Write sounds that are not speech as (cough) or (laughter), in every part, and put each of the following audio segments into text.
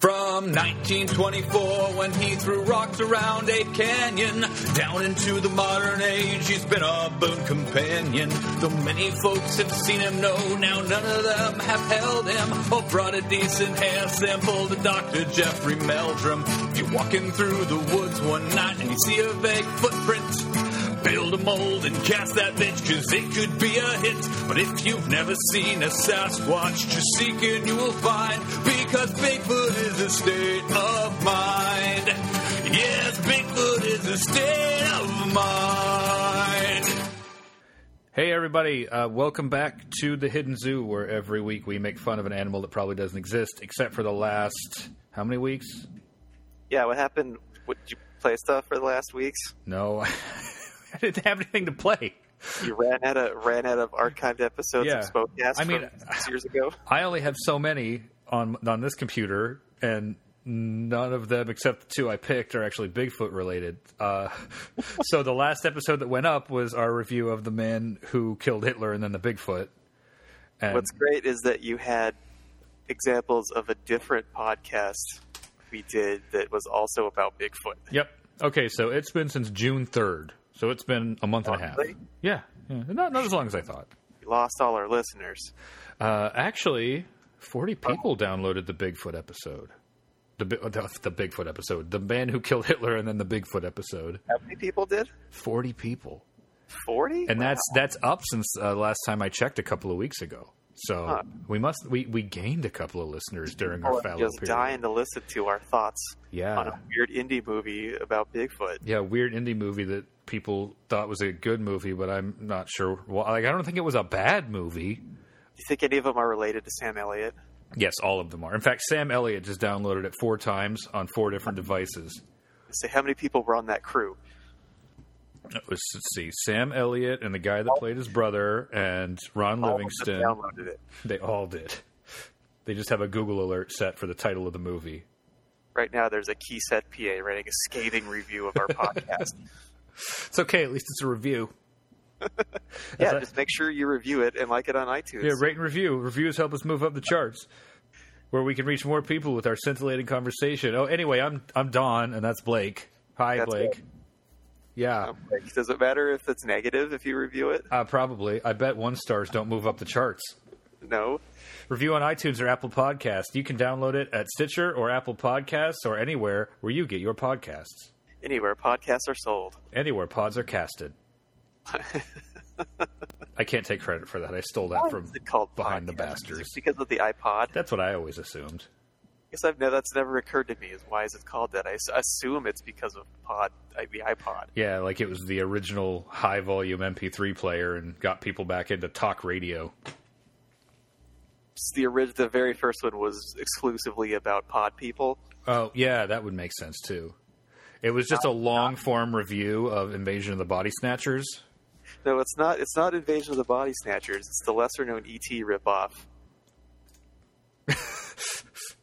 from 1924 when he threw rocks around a canyon. Down into the modern age, he's been a boon companion. Though many folks have seen him, no, now none of them have held him or brought a decent hair sample to Dr. Jeffrey Meldrum. If you're walking through the woods one night and you see a vague footprint, Build a mold and cast that bitch, cause it could be a hit. But if you've never seen a Sasquatch, just seek and you will find. Because Bigfoot is a state of mind. Yes, Bigfoot is a state of mind. Hey, everybody, uh, welcome back to the Hidden Zoo, where every week we make fun of an animal that probably doesn't exist, except for the last. How many weeks? Yeah, what happened? What, did you play stuff for the last weeks? No, (laughs) I didn't have anything to play. You ran out of ran out of archived episodes Yeah. of Spokecast I mean, from six (laughs) years ago. I only have so many on on this computer, and none of them except the two I picked are actually Bigfoot related. Uh, (laughs) so the last episode that went up was our review of the man who killed Hitler and then the Bigfoot. And What's great is that you had examples of a different podcast we did that was also about Bigfoot. Yep. Okay, so it's been since June third, so it's been a month and a half. Really? Yeah, yeah. Not not as long as I thought. We lost all our listeners. Uh, actually, forty people downloaded the Bigfoot episode. The, Bi- the the Bigfoot episode, the man who killed Hitler, and then the Bigfoot episode. How many people did? Forty people. Forty. and that's that's up since uh, last time I checked a couple of weeks ago. So Huh. we must we, we gained a couple of listeners during our People are fallow just period. dying to listen to our thoughts on Yeah, a weird indie movie about Bigfoot. yeah, weird indie movie that people thought was a good movie, but I'm not sure. Well, like I don't think it was a bad movie. Do you think any of them are related to Sam Elliott? Yes, all of them are. In fact, Sam Elliott just downloaded it four times on four different devices. Say how many people were on that crew? It was, let's see, Sam Elliott and the guy that played his brother and Ron All of them Livingston. downloaded it. They all did. They just have a Google alert set for the title of the movie. Right now, there's a key set PA writing a scathing review (laughs) of our podcast. It's okay. At least it's a review. yeah, that- just make sure you review it and like it on iTunes. Yeah, rate and review. Reviews help us move up the charts, where we can reach more people with our scintillating conversation. Oh, anyway, I'm I'm Don, and that's Blake. Hi, That's Blake. it. Yeah, Um, like, does it matter if it's negative if you review it? uh, probably. I bet one stars don't move up the charts. No. Review on iTunes or Apple Podcasts. You can download it at Stitcher or Apple Podcasts or anywhere where you get your podcasts. Anywhere podcasts are sold. Anywhere pods are (laughs) casted. I can't take credit for that. I stole that Is from it called behind the podcasts? Is it bastards. because of the iPod. I That's what I always assumed. guess I've no, that's never occurred to me. Is why is it called that? I s- assume it's because of pod I- the iPod. Yeah, like it was the original high volume MP3 player and got people back into talk radio. It's the orig- the very first one was exclusively about pod people. Oh, yeah, that would make sense too. It was just a long form review of Invasion of the Body Snatchers. No, it's not. It's not Invasion of the Body Snatchers. It's the lesser known ET ripoff,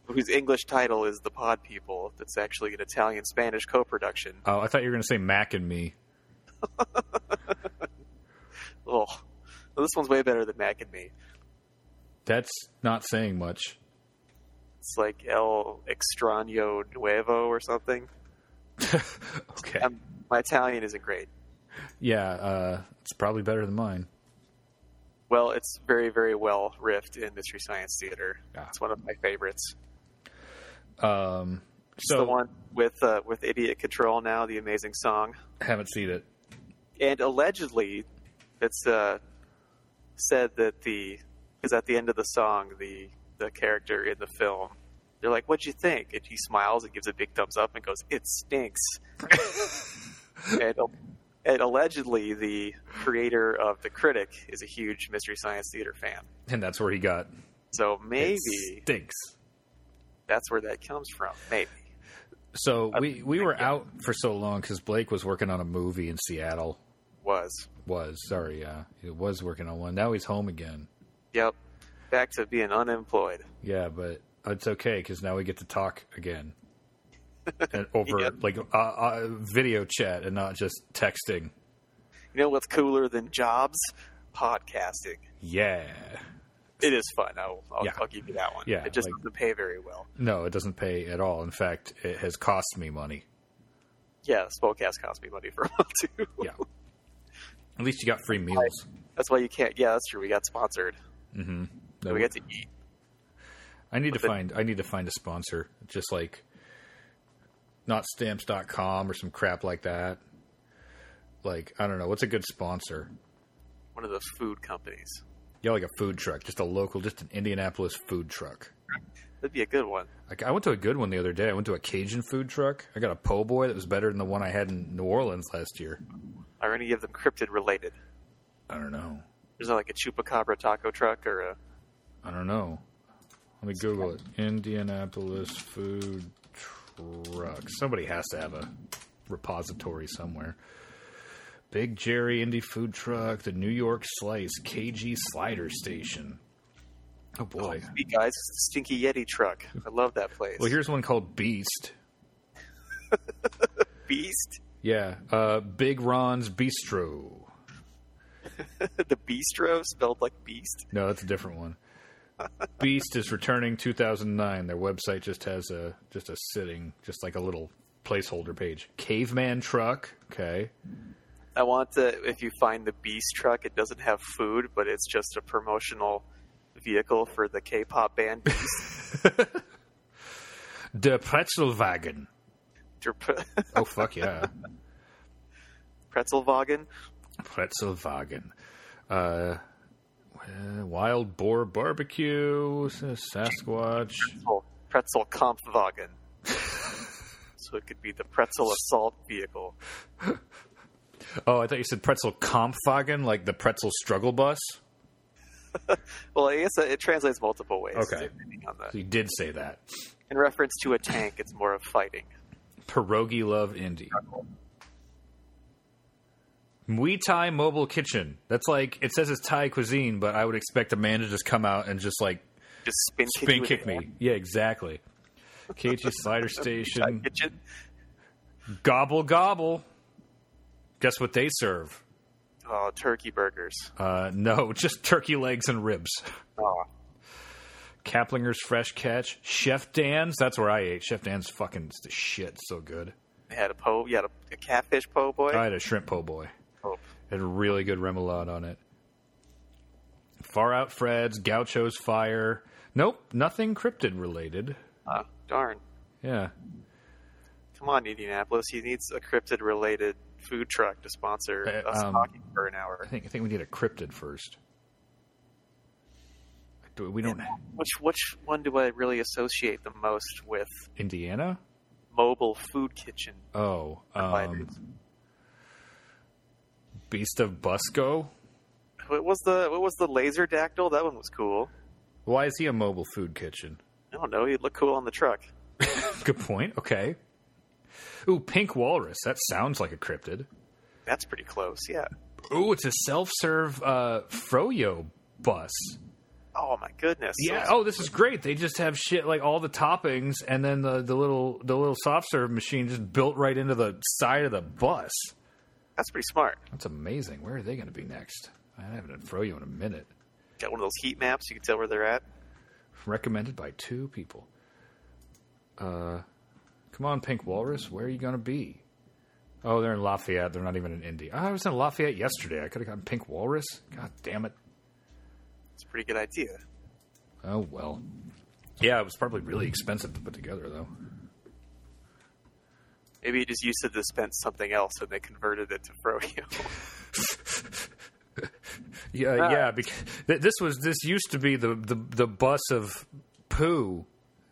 whose English title is The Pod People. That's actually an Italian Spanish co-production. Oh, I thought you were going to say Mac and me. Oh, well, this one's way better than Mac and Me. That's not saying much. It's like El Extraño Nuevo or something. Okay. Um my Italian isn't great. yeah, uh, it's probably better than mine. Well, it's very, very well riffed in Mystery Science Theater. Ah. It's one of my favorites. Um, It's the so, one with uh, with Idiot Control now, the amazing song. haven't seen it. and allegedly it's uh, said that the because at the end of the song the the character in the film they're like what'd you think and he smiles and gives a big thumbs up and goes it stinks and, and allegedly the creator of the critic is a huge mystery science theater fan And that's where he got so it maybe stinks. that's where that comes from maybe So we, we think were it- out for so long because Blake was working on a movie in Seattle. was was sorry yeah he was working on one now he's home again yep back to being unemployed yeah but it's okay because now we get to talk again and over Yeah. like uh, uh, video chat and not just texting you know what's cooler than jobs podcasting yeah it is fun. I'll I'll, Yeah. I'll give you that one. Yeah, it just like- doesn't pay very well. No, it doesn't pay at all. In fact, it has cost me money. Yeah, spellcast cost me money for (laughs) a while too. Yeah. At least you got free meals. That's why you can't. Yeah, that's true. We got sponsored. hmm So we got to eat. I need to but- find I need to find a sponsor, just like not stamps.com or some crap like that. Like, I don't know, what's a good sponsor? One of the food companies. Yeah, like a food truck, just a local, just an Indianapolis food truck. That'd be a good one. Like, I went to a good one the other day. I went to a Cajun food truck. I got a po' boy that was better than the one I had in New Orleans last year. Are any of them cryptid related? I don't know. There's like a chupacabra taco truck or a I don't know. Let me Google it. Indianapolis food truck. Somebody has to have a repository somewhere. Big Jerry Indie Food Truck, the New York Slice, KG Slider Station. Oh boy. Hey guys, it's the Stinky Yeti truck. I love that place. Well, here's one called Beast. Beast, (laughs) Yeah, uh, Big Ron's Bistro. the bistro spelled like beast. No, that's a different one. Beast is returning 2009. Their website just has a just a sitting, just like a little placeholder page. Caveman truck. Okay. I want to. If you find the beast truck, it doesn't have food, but it's just a promotional vehicle for the K-pop band (laughs) Beast. Der Pretzelwagen. Der Pre- Oh fuck yeah. Pretzelwagen. Pretzelwagen. Uh, uh, wild boar barbecue. Sasquatch. Pretzel, pretzel (laughs) Kampfwagen. so it could be the pretzel assault vehicle. Oh, I thought you said Pretzel Kampfwagen, like the pretzel struggle bus. Well, I guess uh, it translates multiple ways. Okay. depending on the- You did say that. in reference to a tank, it's more of fighting. Pierogi Love Indie. Muay Thai Mobile Kitchen. That's like it says it's Thai cuisine, but I would expect a man to just come out and just like Just spin, kick you spin with kick the me. Yeah, exactly. (laughs) KG Slider Station. Kitchen. Gobble gobble. Guess what they serve? Oh, turkey burgers. Uh, no, (laughs) just turkey legs and ribs. Oh, Kaplinger's Fresh Catch. Chef Dan's. That's where I ate. Chef Dan's fucking is the shit. So good. They had a po. You had a, a catfish po boy. I had a shrimp po' boy. Oh, Had a really good remoulade on it. Far Out Fred's, Gaucho's Fire. Nope, nothing cryptid related. ah, darn! Yeah. Come on, Indianapolis. He needs a cryptid-related food truck to sponsor Uh, us um, talking for an hour. I think I think we need a cryptid first. Do- We don't Which which one do I really associate the most with? Indiana? Mobile food kitchen. Oh. Um, providers? Beast of Busco? what was the what was the laser dactyl? That one was cool. Why is he a mobile food kitchen? I don't know. He looked cool on the truck. Good point. Okay. Ooh, Pink Walrus. That sounds like a cryptid. That's pretty close. Yeah. Ooh, it's a self-serve uh, Froyo bus. Oh my goodness. Yeah. So- Oh, this is great. They just have shit like all the toppings, and then the, the little the little soft serve machine just built right into the side of the bus. that's pretty smart. That's amazing. Where are they going to be next? I haven't had Froyo in a minute. Got one of those heat maps. You can tell where they're at. Recommended by two people. Uh, come on, Pink Walrus. Where are you going to be? Oh, they're in Lafayette. They're not even in Indy. Ah, I was in Lafayette yesterday. I could have gotten Pink Walrus. God damn it. It's a pretty good idea. Oh well. Yeah, it was probably really expensive to put together though. Maybe he just used to dispense something else and they converted it to Froyo. (laughs) Yeah, Uh, yeah. Because th- this was this used to be the the, the bus of poo.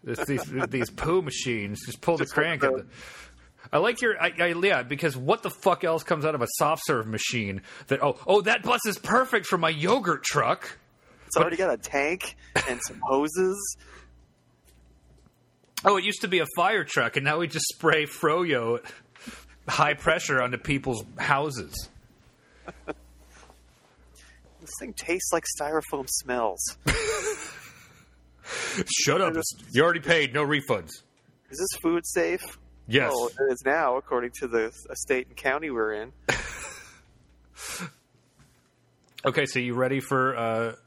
This, these (laughs) these poo machines just pull the Just crank. like at the- I like your I, I, yeah because what the fuck else comes out of a soft serve machine that oh oh that bus is perfect for my yogurt truck. It's already got a tank and some hoses. Oh, it used to be a fire truck, and now we just spray froyo at high pressure onto people's houses. This thing tastes like styrofoam smells. Shut up! it's- You already paid. No refunds. Is this food safe? Yes. Well, it is now, according to the uh, state and county we're in. Okay, so you ready for uh, A As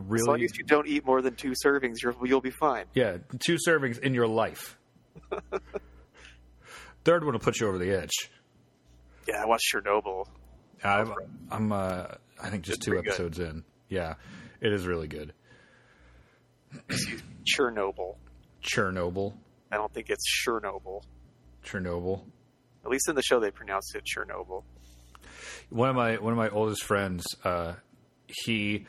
long really as you don't eat more than two servings, you're, you'll be fine. yeah, two servings in your (laughs) life. Third one will put you over the edge. Yeah, I watched Chernobyl. I'm, I'm uh, I think just It's two pretty good. episodes in. Yeah, it is really good. Chernobyl. Chernobyl, I don't think it's Chernobyl. Chernobyl. At least in the show, they pronounced it Chernobyl. one of my one of my oldest friends uh, he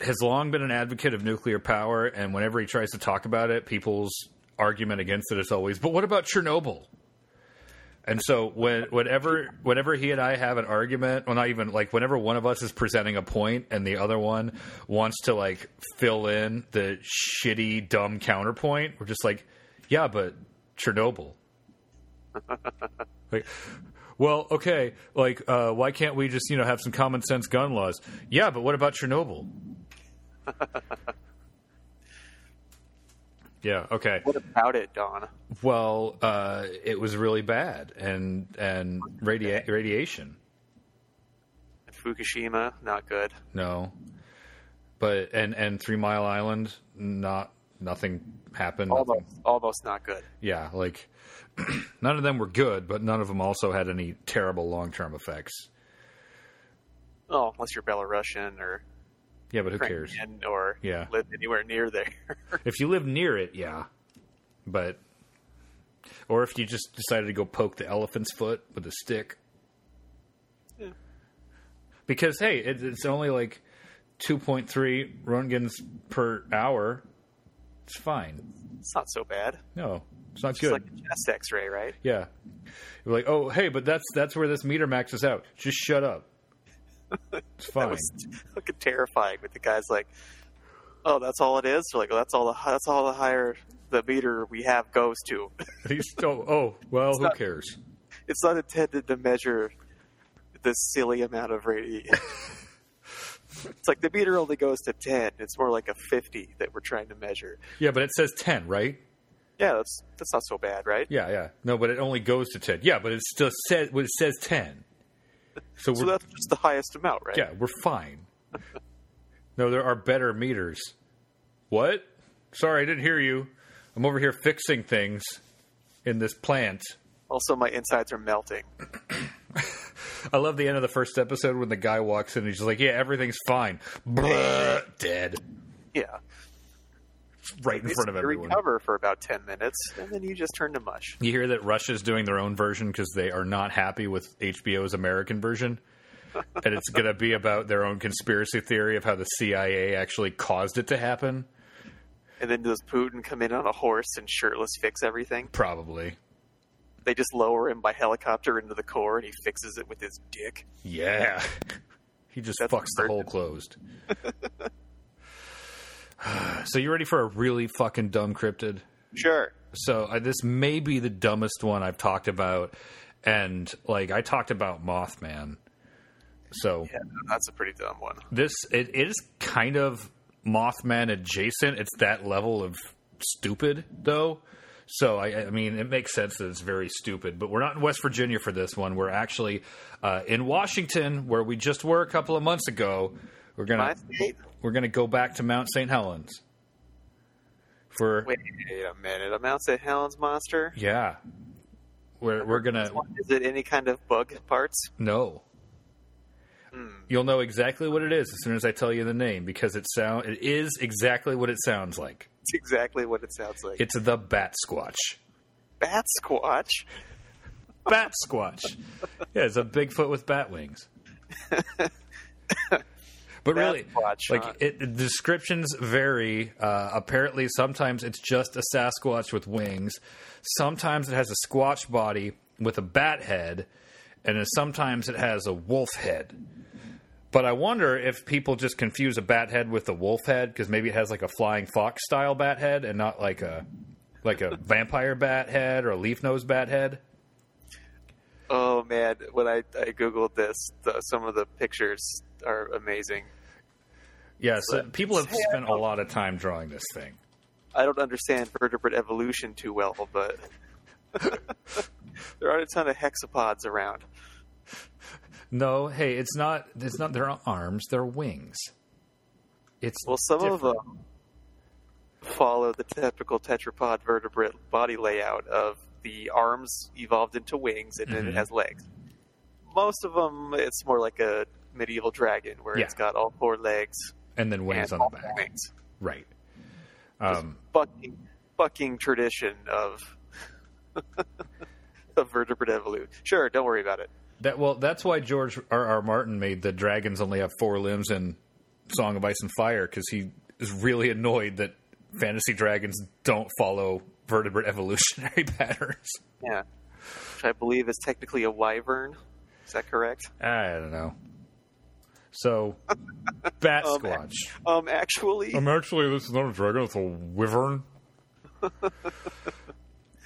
has long been an advocate of nuclear power and whenever he tries to talk about it people's argument against it is always but what about chernobyl and so when whenever whenever he and I have an argument, well not even like whenever one of us is presenting a point and the other one wants to like fill in the shitty dumb counterpoint, we're just like, yeah, but Chernobyl. like, well, okay, like uh, why can't we just you know have some common sense gun laws? Yeah, but what about Chernobyl? yeah, okay. What about it, Don? Well, uh, it was really bad, and and radia- radiation. And Fukushima, not good. No, but and and Three Mile Island, not nothing happened. Almost, nothing- almost not good. yeah, like (clears throat) none of them were good, but none of them also had any terrible long term effects. Oh, unless you're Belarusian or Yeah, but who cares? Ukrainian or Yeah. live anywhere near there. (laughs) If you live near it, yeah, but or if you just decided to go poke the elephant's foot with a stick. Yeah. Because hey, it, it's only like two point three roentgens per hour. It's fine. it's not so bad. No, it's not It's good. like a chest X-ray, right? yeah, you're like, oh hey, but that's that's where this meter maxes out. Just shut (laughs) up. It's fine. That was (laughs) fucking terrifying. But the guy's like, "Oh, that's all it is." They're like, well, "That's all the that's all the higher the meter we have goes to. He's still, oh well, who not- cares? It's not intended to measure the silly amount (laughs) of radiation." it's like the meter only goes to ten. It's more like a fifty that we're trying to measure. Yeah, but it says ten, right? Yeah, that's that's not so bad, right? Yeah, yeah. No, but it only goes to ten. Yeah, but it still says well, it says ten. So So we're that's just the highest amount, right? yeah, we're fine. no, there are better meters. What? Sorry, I didn't hear you. I'm over here fixing things in this plant. Also, my insides are melting. (clears throat) I love the end of the first episode when the guy walks in and he's just like, "Yeah, everything's (laughs) fine." Blah, dead Yeah. right in It's- front of you everyone. recover for about 10 minutes, and then you just turn to mush. You hear that Russia's doing their own version because they are not happy with HBO's American version. and it's going to be about their own conspiracy theory of how the CIA actually caused it to happen. And then does Putin come in on a horse and shirtless fix everything? Probably. They just lower him by helicopter into the core, and he fixes it with his dick. Yeah. (laughs) he just That's fucks the perfect. hole closed. (sighs) so, you ready for a really fucking dumb cryptid? Sure. So uh, this may be the dumbest one I've talked about, and like I talked about Mothman. So Yeah, that's a pretty dumb one. this it, it is kind of Mothman adjacent. It's that level of stupid though. So I, I mean, it makes sense that it's very stupid. But we're not in West Virginia for this one. We're actually uh, in Washington, where we just were a couple of months ago. We're gonna My state? we're gonna go back to Mount St. Helens for Wait a minute. A Mount St. Helens monster? yeah. We're we're gonna Is it any kind of bug parts? (laughs) No. You'll know exactly what it is as soon as I tell you the name because it sound it is exactly what it sounds like. It's exactly what it sounds like. It's the bat squatch. Bat Squatch? Bat squatch. yeah, it's a Bigfoot with bat wings. But really, Bat-squatch, huh? like it, the descriptions vary. Uh, apparently, sometimes it's just a Sasquatch with wings. Sometimes it has a squatch body with a bat head, and then sometimes it has a wolf head. But I wonder if people just confuse a bat head with a wolf head because maybe it has like a flying fox style bat head and not like a like a vampire bat head or a leaf nose bat head. Oh, man. When I, I Googled this, the, some of the pictures are amazing. Yeah, so people have Hey, I spent a lot of time drawing this thing. I don't understand vertebrate evolution too well, but (laughs) there aren't a ton of hexapods around. No, hey, it's not. It's not their arms. They're wings. It's Well, some of different. them follow the typical tetrapod vertebrate body layout of the arms evolved into wings and then Mhm. it has legs. Most of them, it's more like a medieval dragon where Yeah. it's got all four legs and then wings and on all the back, wings. right? Um, Bucking, bucking tradition of (laughs) of vertebrate evolution. Sure, don't worry about it. that well, that's why George R. R. Martin made the dragons only have four limbs in Song of Ice and Fire because he is really annoyed that fantasy dragons don't follow vertebrate (laughs) evolutionary patterns. Yeah, which I believe is technically a wyvern. Is that correct? I don't know. So, (laughs) Bat Um, Squatch. Um, actually, actually, this is not a dragon; it's a wyvern.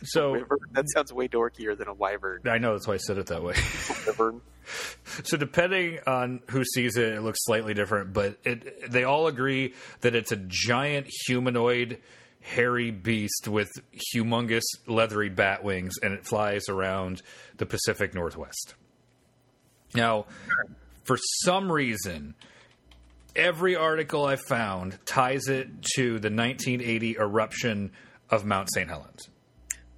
so wyvern- (laughs) that sounds way dorkier than a wyvern. I know that's why I said it that way. Wyvern. so depending on who sees it, it looks slightly different, but it they all agree that it's a giant humanoid hairy beast with humongous leathery bat wings and it flies around the Pacific Northwest. Now, for some reason, every article I found ties it to the 1980 eruption of Mount St. Helens.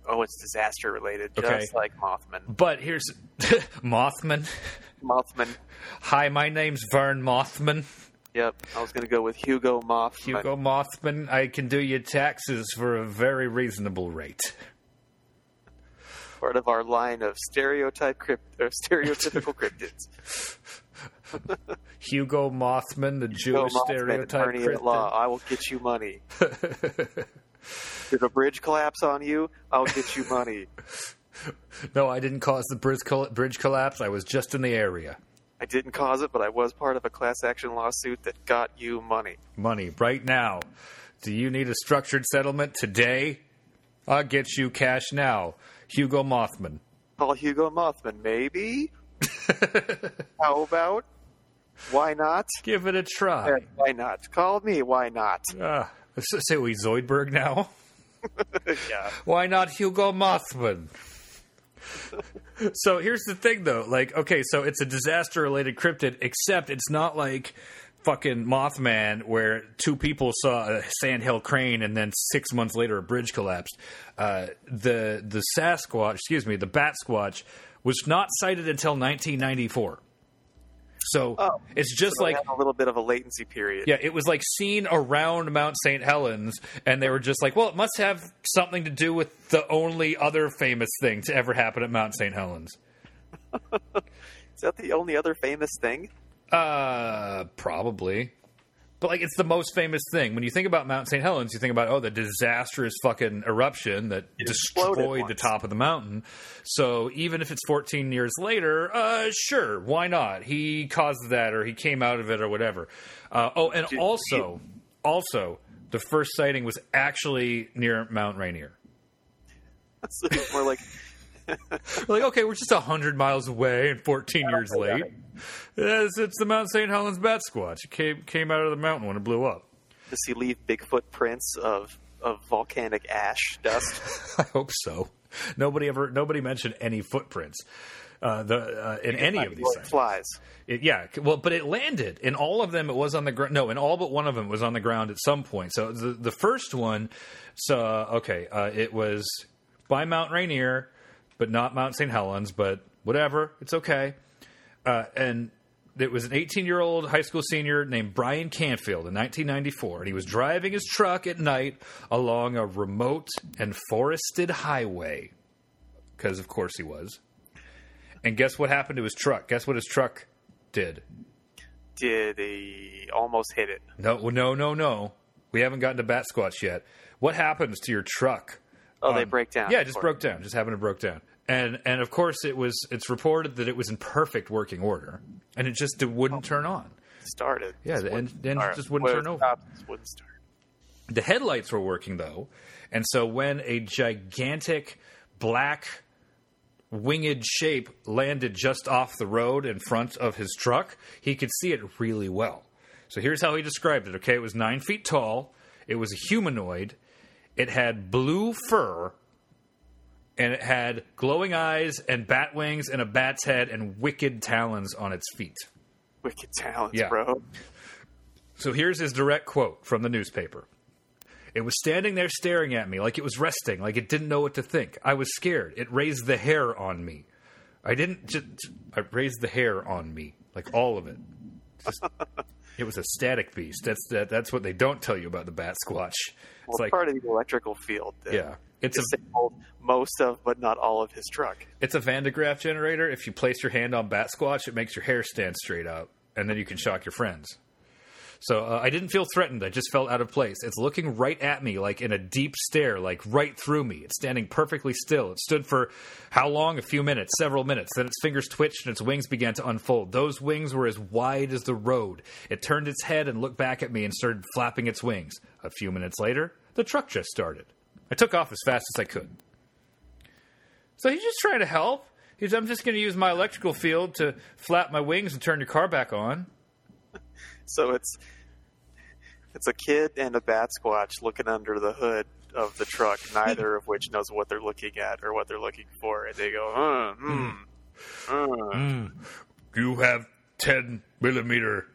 Oh, it's disaster related, just Okay. like Mothman. But here's (laughs) Mothman. Mothman. Hi, my name's Vern Mothman. Yep, I was going to go with Hugo Mothman. Hugo Mothman, I can do your taxes for a very reasonable rate. part of our line of stereotype crypt or (laughs) stereotypical cryptids. Hugo Mothman, the Hugo Jewish Mothman, stereotype. attorney at cryptid. law. I will get you money. Did a bridge collapse on you? I'll get you money. No, I didn't cause the bridge, coll- bridge collapse. I was just in the area. I didn't cause it, but I was part of a class action lawsuit that got you money. Money right now. Do you need a structured settlement today? I'll get you cash now. Hugo Mothman. Call Hugo (laughs) Mothman, maybe? How about? Why not? Give it a try. Yeah, Why not? Call me. Why not? Ah, let's just say we Zoidberg now. yeah. Why not Hugo Mothman? so here's the thing, though. Like, okay, so it's a disaster related cryptid, except it's not like fucking Mothman, where two people saw a sandhill crane and then six months later a bridge collapsed. Uh, the the Sasquatch, excuse me, the Bat Squatch, was not sighted until 1994. So Oh, it's just So we like have a little bit of a latency period. yeah, it was like seen around Mount St. Helens, and they were just like, well, it must have something to do with the only other famous thing to ever happen at Mount St. Helens. Is that the only other famous thing? (laughs) Uh, probably. But like, it's the most famous thing. When you think about Mount St. Helens, you think about oh, the disastrous fucking eruption that exploded destroyed the once. top of the mountain. So even if it's 14 years later, uh, sure, why not? He caused that, or he came out of it, or whatever. Uh, oh, and Dude, also, also, the first sighting was actually near Mount Rainier. So it's more like Like, okay, we're just 100 miles away and 14 years late. Yes, it's the Mount St. Helens Bat Squatch. It came, came out of the mountain when it blew up. does he leave Bigfoot prints of of volcanic ash (laughs) dust? (laughs) I hope so. Nobody ever, nobody mentioned any footprints uh, the, uh, in any of these Like sightings. flies. It- yeah, c- well, but it landed. In all of them, it was on the ground. No, in all but one of them, it was on the ground at some point. So the, the first one, so, uh, okay, uh, it was by Mount Rainier, but not Mount St. Helens, but whatever, it's okay. Uh, and it was an 18 year old high school senior named Brian Canfield in 1994, and he was driving his truck at night along a remote and forested highway, because of course he was. And guess what happened to his truck? Guess what his truck did? Did he almost hit it? No, no, no, no. We haven't gotten to Bat Squatch yet. What happens to your truck? Oh, they Um, break down. Yeah, it just Or- broke down. Just happened to broke down. And and of course it was. It's reported that it was in perfect working order, and it just it wouldn't turn on. Started. Yeah, Just the wouldn't en- the engine start. just wouldn't Well, turn over. stopped, just wouldn't start. The headlights were working though, and so when a gigantic black winged shape landed just off the road in front of his truck, he could see it really well. So here's how he described it. Okay, it was nine feet tall. It was a humanoid. It had blue fur, and it had glowing eyes and bat wings and a bat's head and wicked talons on its feet. Wicked talents, Yeah. bro. So here's his direct quote from the newspaper. It was standing there staring at me like it was resting, like it didn't know what to think. I was scared. It raised the hair on me. I didn't. Just, I raised the hair on me, like all of it. Just- (laughs) it was a static beast. That's that, that's what they don't tell you about the bat squatch. Well, It's like part of the electrical field. That yeah, it's a disabled most of, but not all of his truck. it's a Van de Graaff generator. If you place your hand on bat squatch, it makes your hair stand straight up, and then you can shock your friends. So uh, I didn't feel threatened. I just felt out of place. It's looking right at me, like in a deep stare, like right through me. It's standing perfectly still. It stood for how long? A few minutes, several minutes. Then its fingers twitched and its wings began to unfold. Those wings were as wide as the road. It turned its head and looked back at me and started flapping its wings. A few minutes later, the truck just started. I took off as fast as I could. So he's just trying to help. He's, I'm just going to use my electrical field to flap my wings and turn your car back on. So it's it's a kid and a bat squatch looking under the hood of the truck, neither of which knows what they're looking at or what they're looking for, and they go, uh, hmm, uh." You have 10 millimeter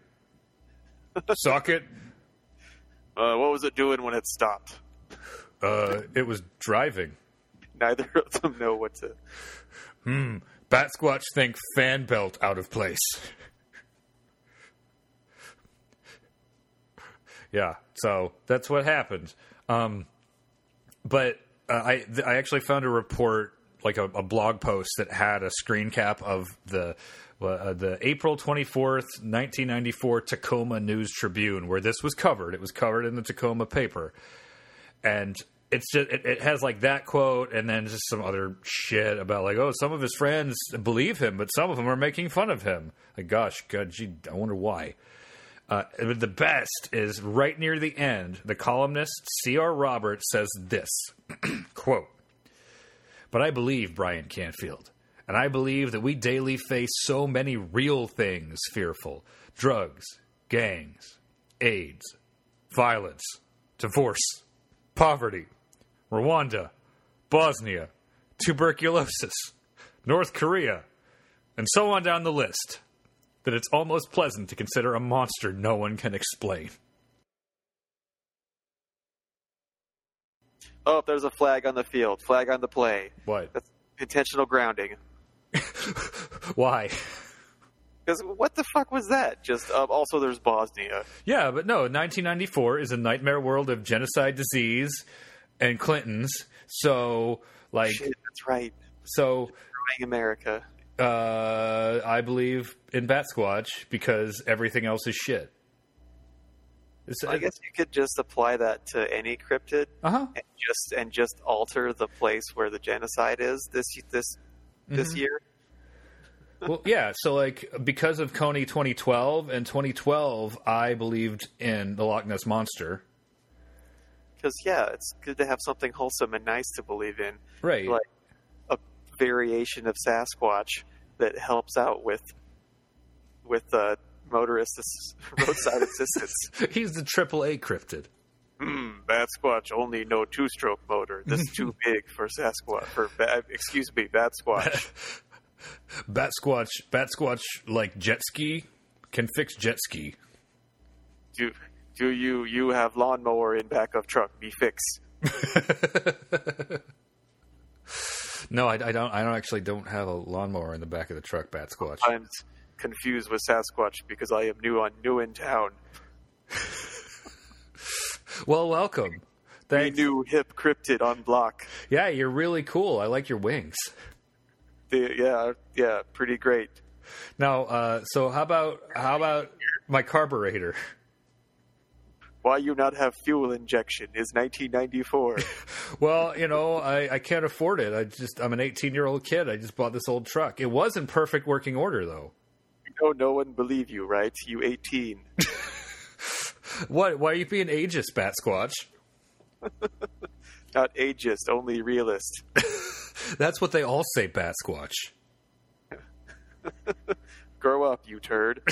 socket. Uh, what was it doing when it stopped? (laughs) Uh, it was driving. Neither of them know what to. Bat Squatch think fan belt out of place. yeah, so that's what happened. Um, but uh, I th- I actually found a report, like a, a blog post that had a screen cap of the uh, the April twenty fourth, nineteen ninety four Tacoma News Tribune, where this was covered. It was covered in the Tacoma paper, and it's just it, it has like that quote and then just some other shit about like oh some of his friends believe him but some of them are making fun of him like gosh god gee i wonder why uh, but the best is right near the end the columnist cr roberts says this (clears throat) quote but I believe Brian Canfield. And I believe that we daily face so many real things fearful drugs, gangs, AIDS, violence, divorce, poverty, Rwanda, Bosnia, tuberculosis, North Korea, and so on down the list that it's almost pleasant to consider a monster no one can explain. Oh, there's a flag on the field, flag on the play. What? That's intentional grounding. (laughs) Why? Because what the fuck was that? Just uh, also, there's Bosnia. Yeah, but no, 1994 is a nightmare world of genocide, disease, and Clintons. So, like, Shit, that's right. so Crying America. uh, I believe in Bat Squatch because everything else is shit. It's- I guess you could just apply that to any cryptid. Uh-huh. and just and just alter the place where the genocide is this this this year. well, yeah. So, like, because of Coney 2012 and 2012, I believed in the Loch Ness monster. Because yeah, it's good to have something wholesome and nice to believe in, Right. like a variation of Sasquatch that helps out with with uh, motorist ass- (laughs) roadside (laughs) assistance. He's the triple A cryptid. Hmm, bad Squatch only no two stroke motor. This is too big for Sasquatch. For ba- excuse me, bad Squatch. Bat Squatch, Bat Squatch, like jet ski, can fix jet ski. Do do you you have lawnmower in back of truck? Be fixed. No, I, I don't. I don't actually don't have a lawnmower in the back of the truck, Bat Squatch. I'm confused with Sasquatch because I am new on new in town. Well, welcome. A Thanks. new hip cryptid on block. Yeah, you're really cool. I like your wings. The- yeah, yeah, pretty great. Now, uh, so how about how about my carburetor? (laughs) Why you not have fuel injection is 1994. Well, you know, I, I can't afford it. I just I'm an 18 year old kid. I just bought this old truck. It was in perfect working order though. you know, no one believe you, right? You 18. What? Why are you being ageist, Bat Squatch? Not ageist, only realist. That's what they all say, Bat Squatch. Grow up, you turd.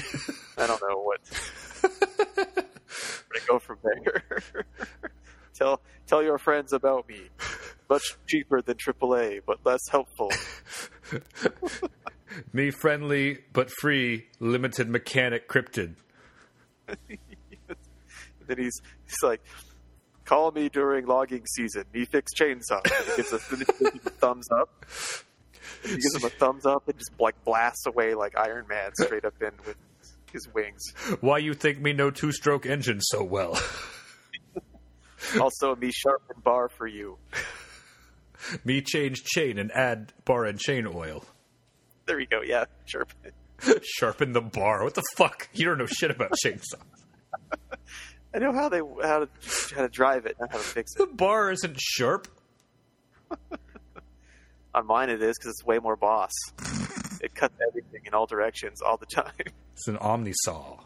I don't know what. Where to go from there? (laughs) tell tell your friends about me. Much cheaper than AAA, but less helpful. Me friendly but free, limited mechanic cryptid. Then he's he's like, "Call me during logging season. Me fix chainsaw." And he gives us then he gives him a thumbs up. He gives him a thumbs up and just like blasts away like Iron Man straight up in with his wings. Why you think me know two stroke engine so well? (laughs) Also, me sharpen bar for you. me change chain and add bar and chain oil. There we go. Yeah, sharpen. Sharpen the bar. What the fuck? You don't know shit about chainsaw. I know how they how to how to drive it, not how to fix The it. bar isn't sharp. On mine, it is because it's way more boss. It cuts everything in all directions all the time. (laughs) It's an omni saw.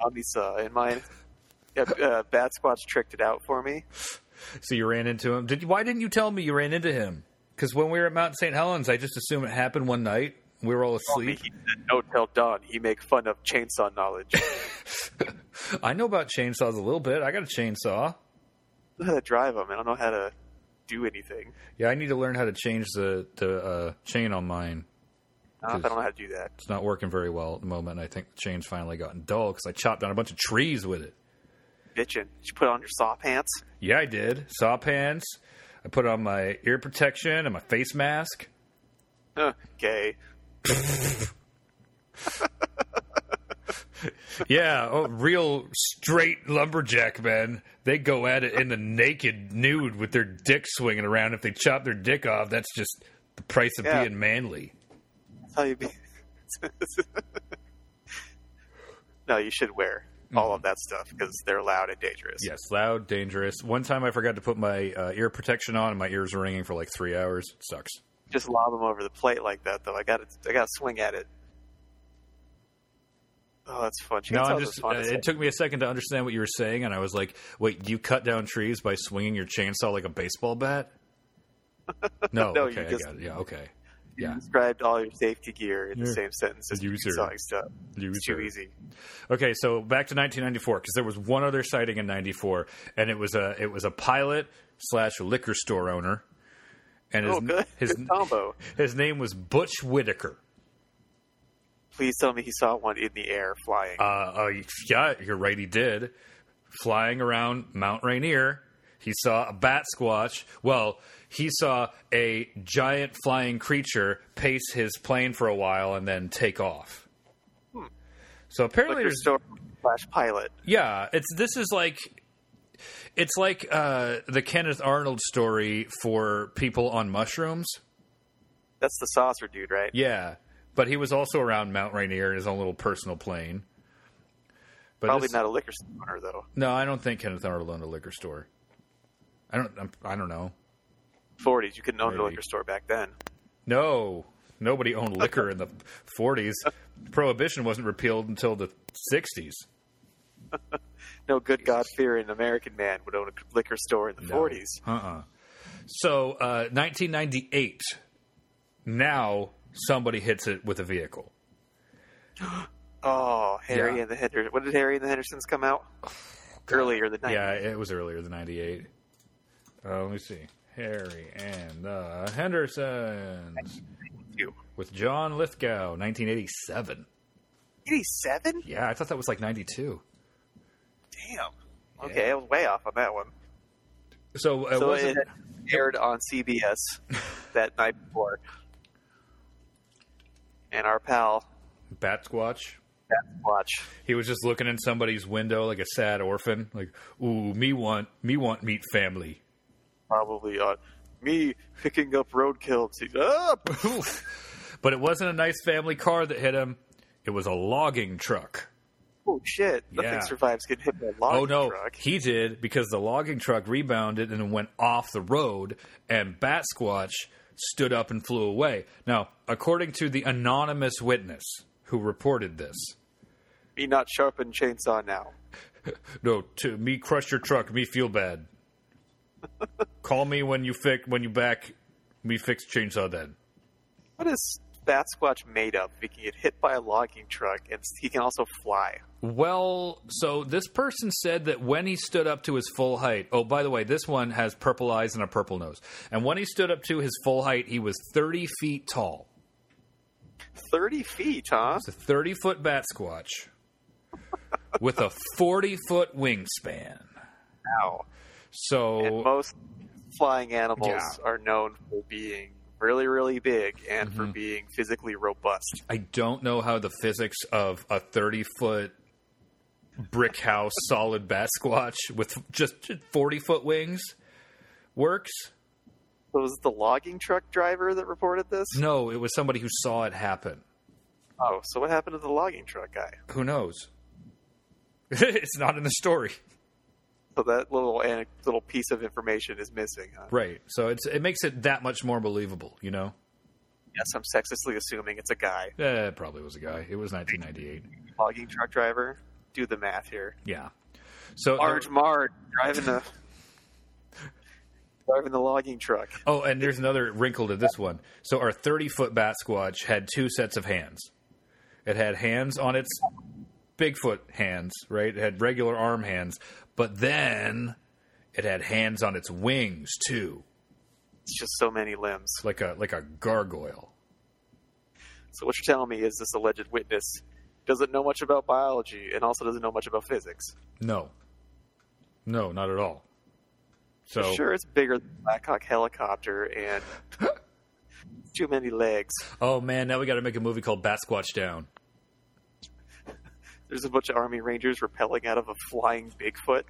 Omnisa in mine. Yeah, uh, Bat Squatch tricked it out for me. So you ran into him. Did you, why didn't you tell me you ran into him? Because when we were at Mount St. Helens, I just assumed it happened one night. We were all He asleep. said, "No tell Don." He make fun of chainsaw (laughs) knowledge. (laughs) I know about chainsaws a little bit. I got a chainsaw. I don't know how to drive them. I don't know how to do anything. Yeah, I need to learn how to change the the uh, chain on mine. I don't know how to do that. It's not working very well at the moment. and I think the chain's finally gotten dull because I chopped down a bunch of trees with it. Bitchin'. Did you put on your saw pants? Yeah, I did. Saw pants. I put on my ear protection and my face mask. Huh, gay. Yeah, oh, real straight lumberjack men. They go at it in the naked nude with their dick swinging around. If they chop their dick off, that's just the price of Yeah. being manly. That's how you be. (laughs) no, you should wear all Mm-hmm. of that stuff because they're loud and dangerous. Yes, loud, dangerous. One time I forgot to put my uh, ear protection on, and my ears were ringing for like three hours. It sucks. Just lob them over the plate like that, though. I got to I got to swing at it. Oh, that's fun. No, Chainsaws I'm is just. fun. uh, It's it like- took me a second to understand what you were saying, and I was like, "Wait, you cut down trees by swinging your chainsaw like a baseball (laughs) bat?" No, No, okay, you I just- got it. Yeah, okay, You yeah. described all your safety gear in the You're same sentence as you user. sawing stuff. It's too User. easy. Okay, so back to 1994 because there was one other sighting in '94, and it was a it was a pilot slash liquor store owner, and his (laughs) Oh, good. his good combo. his name was Butch Whitaker. Please tell me he saw one in the air flying. Uh, uh, yeah, you're right. He did. Flying around Mount Rainier, he saw a bat squatch. Well, he saw a giant flying creature pace his plane for a while and then take off. So apparently, Hmm. Liquor there's store slash pilot. yeah, it's this is like it's like uh, the Kenneth Arnold story for people on mushrooms. That's the saucer dude, right? Yeah, but he was also around Mount Rainier in his own little personal plane. But Probably this- not a liquor store owner, though. No, I don't think Kenneth Arnold owned a liquor store. I don't. I'm, I don't know. 40s, you couldn't own a Maybe. liquor store back then. No, nobody (laughs) owned liquor in the 40s. Prohibition wasn't repealed until the 60s. No good God fearing American man would own a liquor store in the 40s. Uh uh So, uh, 1998. Now somebody hits it with a vehicle. Oh, Harry Yeah. and the Hendersons. When did Harry and the Hendersons (sighs) come out? Earlier than 90s. Yeah, it was earlier than 98. Uh, let me see. Harry and the Hendersons Ew. with John Lithgow, 1987. 87? Yeah, I thought that was like 92. Damn. Okay, I was way off on that one. So it so uh, wasn't. it aired on (laughs) CBS that night before. And our pal, Bat Squatch. Bat Watch, He was just looking in somebody's window like a sad orphan, like, ooh, me want me want meat family. (laughs) probably on me picking up roadkill. To, "Oh, up. but it wasn't a nice family car that hit him. It was a logging truck. oh, (laughs) shit. Nothing Yeah. survives getting hit by a logging oh no, truck. he did because the logging truck rebounded and went off the road and Bat Squatch stood up and flew away. Now, according to the anonymous witness who reported this, Me not sharpen chainsaw now. No, to me crush your truck, me feel (laughs) bad. Call me when you fix when you back me fix chainsaw then. What is Bat Squatch made of? He can get hit by a logging truck, and he can also fly. Well, so this person said that when he stood up to his full height. Oh, by the way, this one has purple eyes and a purple nose. And when he stood up to his full height, he was 30 feet tall. Thirty feet, huh? It's a 30 foot bat squatch with a 40 foot wingspan. Ow. So And most flying animals Yeah. are known for being really, really big and Mm-hmm. for being physically robust. I don't know how the physics of a 30 foot brick house solid bat squatch with just 40 foot wings works. So was it the logging truck driver that reported this? No, it was somebody who saw it happen. Oh, so what happened to the logging truck guy? Who knows? (laughs) it's not in the story. So that little anec- little piece of information is missing. Huh? Right. So it's, it makes it that much more believable, you know? Yes, I'm sexistly assuming it's a guy. Eh, it probably was a guy. It was 1998. Logging truck driver. Do the math here. Yeah. So Marge Marge driving the (laughs) driving the logging truck. Oh, and there's another wrinkle to this one. So our 30 foot bat squatch had two sets of hands. It had hands on its Bigfoot hands, right? It had regular arm hands, but then it had hands on its wings too, It's just so many limbs. like a like a gargoyle. So what you're telling me is this alleged witness doesn't know much about biology and also doesn't know much about physics. No, no, not at all. So Sure, it's bigger than Black Hawk helicopter and (laughs) too many legs. oh man, now we got to make a movie called Bat Squatch Down. There's a bunch of Army Rangers rappelling out of a flying Bigfoot.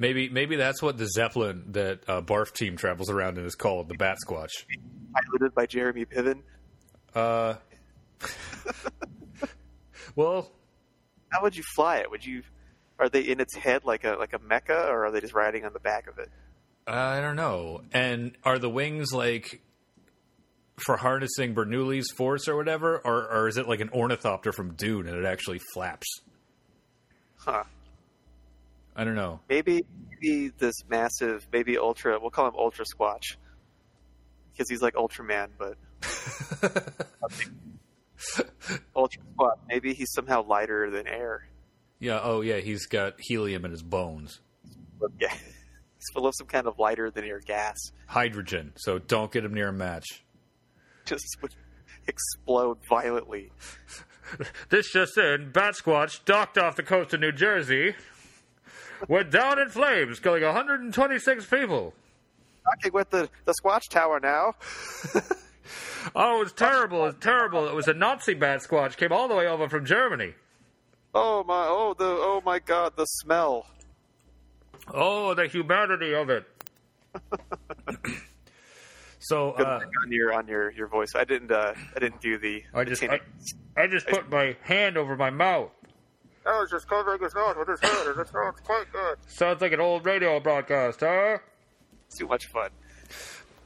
Maybe maybe that's what the Zeppelin that uh, Barf team travels around in is called, the Bat Squatch. piloted by Jeremy Piven. Uh, well, How would you fly it? Would you? Are they in its head like a like a mecha, or are they just riding on the back of it? I don't know. And are the wings like for harnessing Bernoulli's force or whatever, or, or is it like an ornithopter from Dune and it actually flaps? Huh? I don't know. Maybe maybe this massive, maybe ultra. We'll call him Ultra Squatch because he's like Ultraman, but (laughs) Ultra Squatch. Maybe he's somehow lighter than air. Yeah. Oh, yeah. He's got helium in his bones, But yeah, (laughs) he's full of some kind of lighter than air gas. (laughs) hydrogen. So don't get him near a match. Just would explode violently. This just in: Bat Squatch docked off the coast of New Jersey. Went down in flames, killing 126 people. Knocking with the the Squatch Tower now. Oh, it was terrible. It was terrible. It was a Nazi bat squatch. Came all the way over from Germany. Oh my! Oh the! Oh my God! The smell. Oh, the humanity of (laughs) it. so Good uh, work on your on your your voice. I didn't uh, I didn't do the. I the just tinny- I, I just put my hand over my mouth. I was just covering his nose with his hand, and it sounds quite good. Sounds like an old radio broadcast, huh? it's too much fun.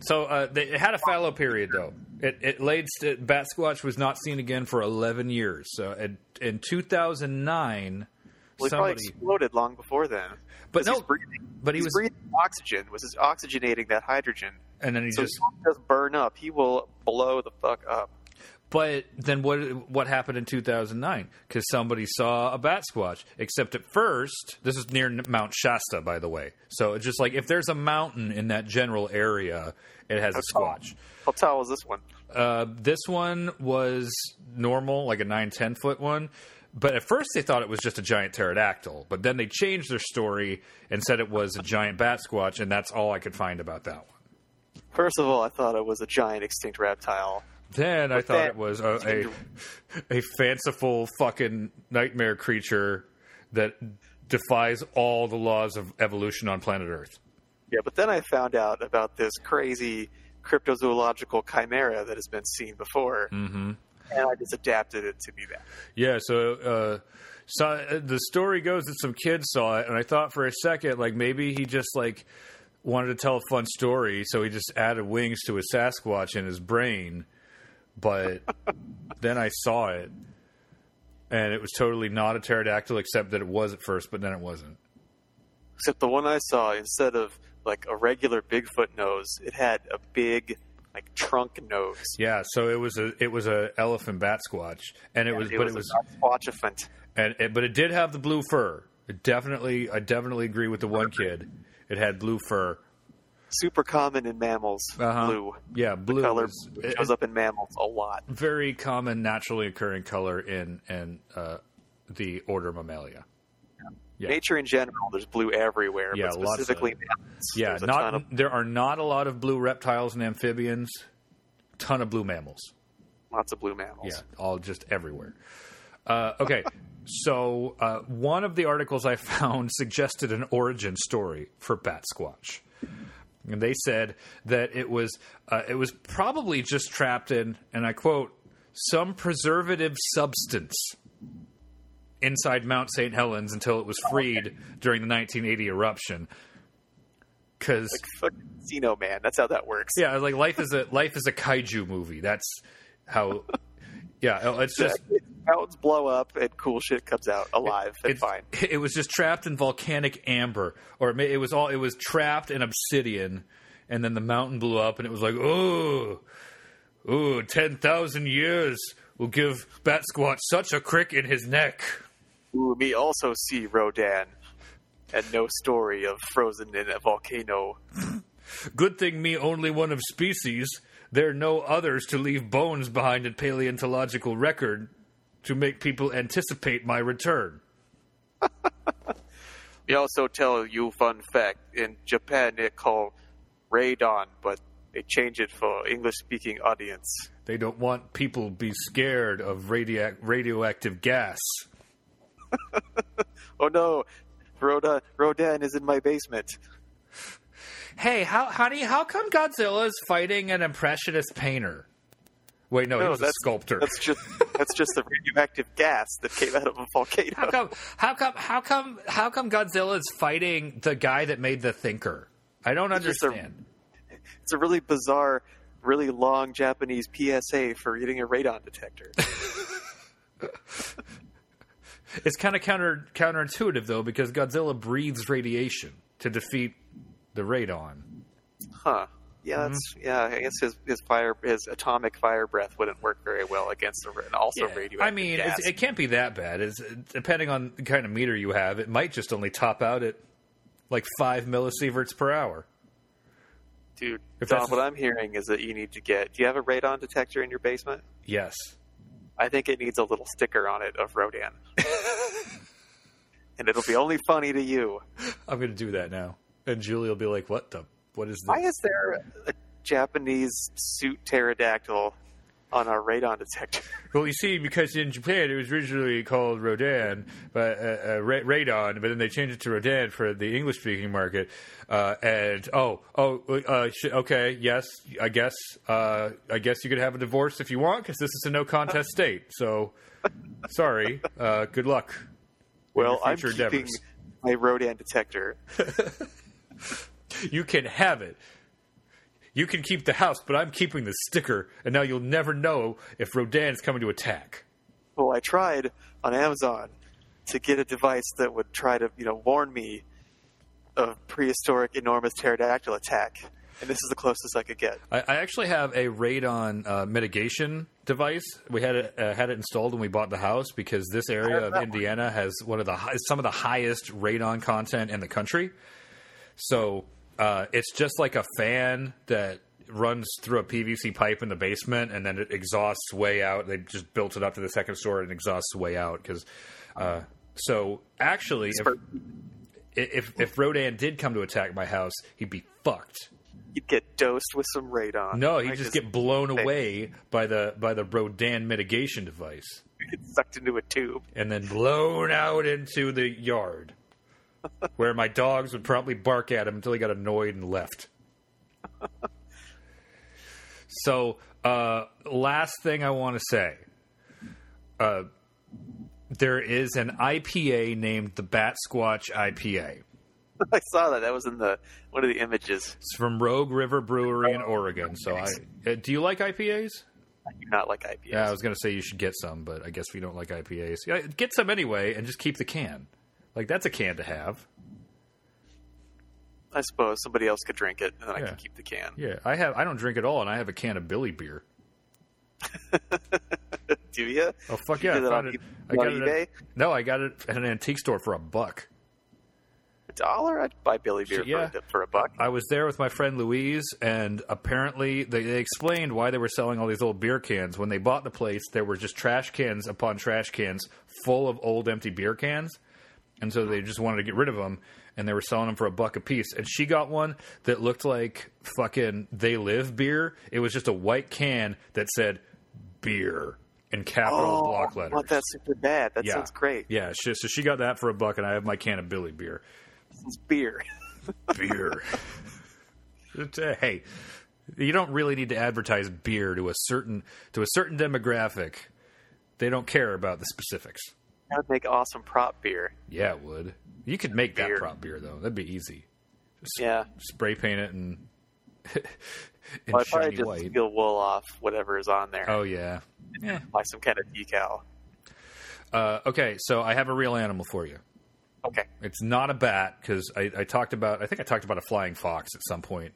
So uh, they, it had a fallow period, though. It, it laid st- bat squatch was not seen again for 11 years. So in, in 2009, Well, he probably somebody, exploded long before then. but 'Cause no, he's breathing. but he he's was, breathing oxygen. Was just oxygenating that hydrogen? and then he So just if he does burn up. He will blow the fuck up. But then what what happened in 2009? Because somebody saw a bat squatch. Except at first, this is near Mount Shasta, by the way. So it's just like if there's a mountain in that general area, it has a squatch. How tall was this one? Uh, this one was normal, like a 9, 10 foot one. But at first, they thought it was just a giant pterodactyl. But then they changed their story and said it was a giant bat squatch, and that's all I could find about that one. First of all, I thought it was a giant extinct reptile. Then I thought that- it was a, a a fanciful fucking nightmare creature that defies all the laws of evolution on planet Earth. Yeah, but then I found out about this crazy cryptozoological chimera that has been seen before, mm-hmm. and I just adapted it to be that. Yeah, so uh, so uh, the story goes that some kid saw it, and I thought for a second, like maybe he just like wanted to tell a fun story, so he just added wings to his Sasquatch in his brain. But then I saw it, and it was totally not a pterodactyl, except that it was at first, but then it wasn't. except the one I saw, instead of like a regular Bigfoot nose, it had a big like trunk nose. Yeah, so it was a it was a elephant bat squatch, and it was but it was a Squatchophant. and it, but it did have the blue fur. It definitely, I definitely agree with the one kid. It had blue fur. super common in mammals. Uh-huh. Blue Yeah, blue color is shows up in mammals a lot. very common, naturally occurring color in in uh, the order Mammalia. Yeah. Nature in general, there's blue everywhere, Yeah, but lots of- specifically mammals. Yeah, there's a not ton of, there are not a lot of blue reptiles and amphibians. Ton of blue mammals. lots of blue mammals. Yeah, all just everywhere. Uh, okay, (laughs) so uh, one of the articles I found (laughs) suggested an origin story for Bat Squatch. And they said that it was uh, it was probably just trapped in, and I quote, some preservative substance inside Mount St. Helens until it was freed during the 1980 eruption. Because Fucking Xeno Man, that's how that works. yeah, like life is a life is a kaiju movie. That's how. Yeah, it's just Uh, Mountains blow up and cool shit comes out alive and It's- fine. (laughs) It was just trapped in volcanic amber, or it ma- it was all it was trapped in obsidian, and then the mountain blew up, and it was like, ooh, ooh, ten thousand years will give Bat Squatch such a crick in his neck. Ooh, me also see Rodan. And no story of frozen in a volcano. Good thing me only one of species. There are no others to leave bones behind in paleontological record to make people anticipate my return. We also tell you fun fact: in Japan, it called radon, but they change it for English-speaking audience. They don't want people be scared of radioac radioactive gas. Oh no, Rodan, Rodan is in my basement. Hey, how, honey, how come Godzilla's fighting an impressionist painter? Wait, no, he No, was a that's- sculptor. That's just that's just the radioactive gas that came out of a How volcano. come? How come? How come? How come Godzilla's fighting the guy that made the Thinker? I don't just a- understand. It's a really bizarre, really long Japanese PSA for getting a (laughs) radon detector. It's kind of counter counterintuitive though, because Godzilla breathes radiation to defeat the radon. Huh. Yeah, that's Mm-hmm. yeah. I guess his, his fire his atomic fire breath wouldn't work very well against the ra- and also Yeah. radioactive. I mean, gas. it's, it can't be that bad. It's, depending on the kind of meter you have, it might just only top out at like five millisieverts per hour. dude, if Don, that's- what I'm hearing is that you need to get. Do you have a radon detector in your basement? Yes. I think it needs a little sticker on it of (laughs) Rodan, and it'll be only funny to you. I'm going to do that now. And Julie will be like, "What the? What is Why this?" is there a Japanese suit pterodactyl on our radon detector? Well, you see, because in Japan it was originally called Rodan, but uh, uh, Ra- Radon, but then they changed it to Rodan for the English-speaking market. Uh, and oh, oh, uh, sh- okay, yes, I guess, uh, I guess you could have a divorce if you want, because this is a no-contest state. So, sorry, uh, good luck. in your (laughs) Well, I'm future keeping endeavors. my Rodan detector. You can have it. You can keep the house, but I'm keeping the sticker, and now you'll never know if Rodan's coming to attack. Well, I tried on Amazon to get a device that would try to, you know, warn me of prehistoric enormous pterodactyl attack, and this is the closest I could get. I, I actually have a radon uh, mitigation device. We had it uh, had it installed when we bought the house because this area have of that Indiana has one of the hi- some of the highest radon content in the country. So uh, it's just like a fan that runs through a PVC pipe in the basement, and then it exhausts way out. They just built it up to the second story and exhausts way out because. Uh, so actually, if, Spurt. if if Rodan did come to attack my house, he'd be fucked. You'd get dosed with some radon. No, he I would just get blown Hey. away by the by the Rodan mitigation device get sucked into a tube. (laughs) and then blown out into the yard where my dogs would probably bark at him until he got annoyed and left. so, uh, last thing I want to say uh, there is an IPA named the Bat Squatch IPA. I saw that. That was in the one of the images. It's from Rogue River Brewery in Oregon. So, I uh, do you like IPAs? I do not like IPAs. Yeah, I was gonna say you should get some, but I guess we don't like IPAs. Yeah, get some anyway, and just keep the can. Like that's a can to have. I suppose somebody else could drink it, and then I Yeah. could keep the can. Yeah, I have. I don't drink at all, and I have a can of Billy beer. Do you? Oh fuck You yeah! did I it found on it. e- I got on it. eBay? At, no, I got it at an antique store for a buck. a dollar? I'd buy Billy beer Yeah. for, a, for a buck. I was there with my friend Louise, and apparently they, they explained why they were selling all these old beer cans. When they bought the place, there were just trash cans upon trash cans full of old empty beer cans, and so they just wanted to get rid of them, and they were selling them for a buck a piece. And she got one that looked like fucking They Live beer. It was just a white can that said beer in capital Oh, block I letters. want that super bad. That yeah, sounds great. Yeah, she, so she got that for a buck, and I have my can of Billy beer. It's beer. (laughs) beer. It's, uh, (laughs) hey, you don't really need to advertise beer to a certain to a certain demographic. They don't care about the specifics. That would make awesome prop beer. Yeah, it would. You could make Beer. that prop beer though. That'd be easy. Just Yeah. Spray paint it and (laughs) in Well, I'd probably shiny just white. peel wool off whatever is on there. Oh yeah. Yeah. Buy some kind of decal. Uh, okay, so I have a real animal for you. Okay. It's not a bat because I, I talked about. I think I talked about a flying fox at some point.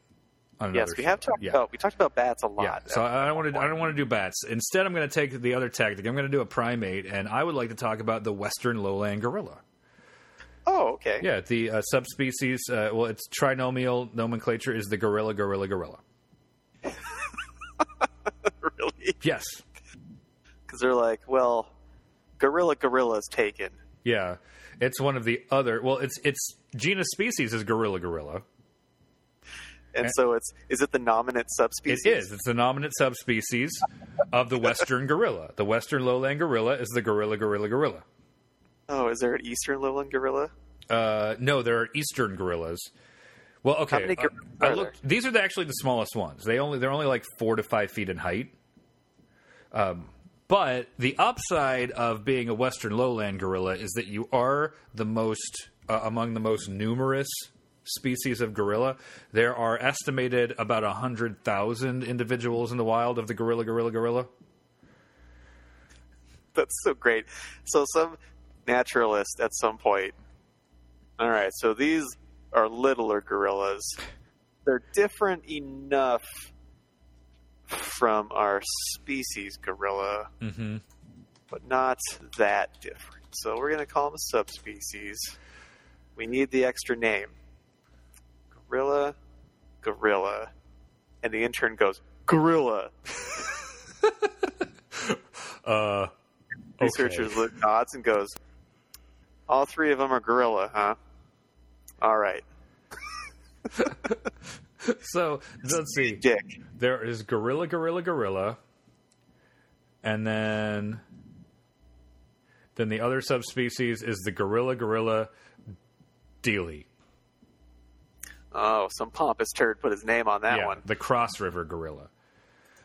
On Yes, another we have show. talked Yeah. about we talked about bats a lot. Yeah. So I don't want to. I don't want to do bats. Instead, I'm going to take the other tactic. I'm going to do a primate, and I would like to talk about the western lowland gorilla. oh, okay. Yeah, the uh, subspecies. Uh, well, its trinomial nomenclature is the gorilla, gorilla, gorilla. (laughs) really? Yes. Because they're like, well, gorilla, gorilla's taken. Yeah. It's one of the other. Well, it's its genus species is gorilla, gorilla. And so it's is it the nominate Eh. It subspecies? is. It's the nominate subspecies of the western gorilla. The western lowland gorilla is the gorilla, gorilla, gorilla. Oh, is there an eastern lowland gorilla? Uh, no, there are eastern gorillas. Well, okay. many uh, gorillas I are looked- These are the, actually the smallest ones. They only they're only like four to five feet in height. Um, but the upside of being a western lowland gorilla is that you are the most uh, among the most numerous species of gorilla. There are estimated about hundred thousand individuals in the wild of the gorilla, gorilla, gorilla. That's so great. So some naturalist at some point. All right, so these are littler gorillas. They're different enough from our species gorilla, Mm-hmm. but not that different. So we're going to call them a subspecies. We need the extra name. Gorilla, gorilla. And the intern goes, gorilla. (laughs) Uh, Researchers look nods and goes, "All three of them are gorilla, huh? All right, so let's see. Dick. There is Gorilla, Gorilla, Gorilla, and then then the other subspecies is the Gorilla, Gorilla, Dealey. Oh, some pompous turd put his name on that one. the Cross River Gorilla.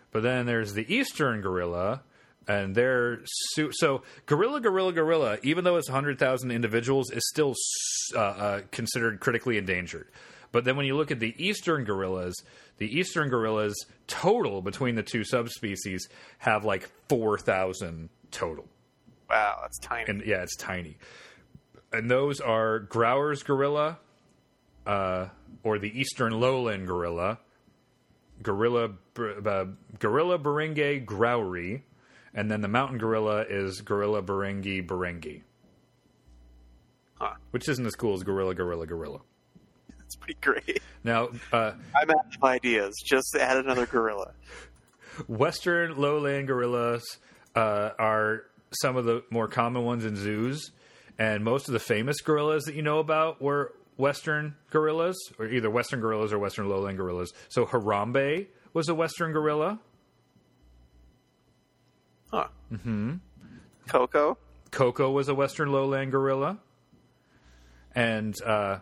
But then there's the Eastern Gorilla, and they're su- so Gorilla, Gorilla, Gorilla. Even though it's 100,000 individuals, is still s- uh, uh, considered critically endangered. But then when you look at the Eastern gorillas, the Eastern gorillas total between the two subspecies have like 4,000 total Wow, that's tiny. and yeah, it's tiny. And those are Growers gorilla, uh, or the eastern lowland gorilla, gorilla, Ber- uh, gorilla berenge growry, and then the mountain gorilla is gorilla berenge berenge, Huh. which isn't as cool as gorilla gorilla gorilla. That's pretty great. (laughs) Now, uh, I'm out of ideas. Just add another gorilla. Western lowland gorillas uh, are some of the more common ones in zoos, and most of the famous gorillas that you know about were Western gorillas, or either Western gorillas or Western lowland gorillas. So Harambe was a Western gorilla. Huh? Mm-hmm. Coco. Coco was a Western lowland gorilla, and uh,